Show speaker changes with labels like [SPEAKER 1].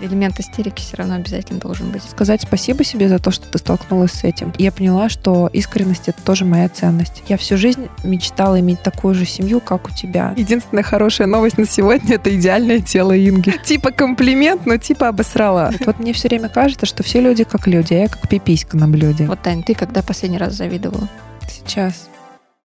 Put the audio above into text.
[SPEAKER 1] элемент истерики все равно обязательно должен быть.
[SPEAKER 2] Сказать спасибо себе за то, что ты столкнулась с этим. Я поняла, что искренность — это тоже моя ценность. Я всю жизнь мечтала иметь такую же семью, как у тебя. Единственная хорошая новость на сегодня — это идеальное тело Инги. Типа комплимент, но типа обосрала. Вот мне все время кажется, что все люди как люди, а я как пиписька на блюде.
[SPEAKER 1] Вот, Тань, ты когда последний раз завидовала?
[SPEAKER 2] Сейчас.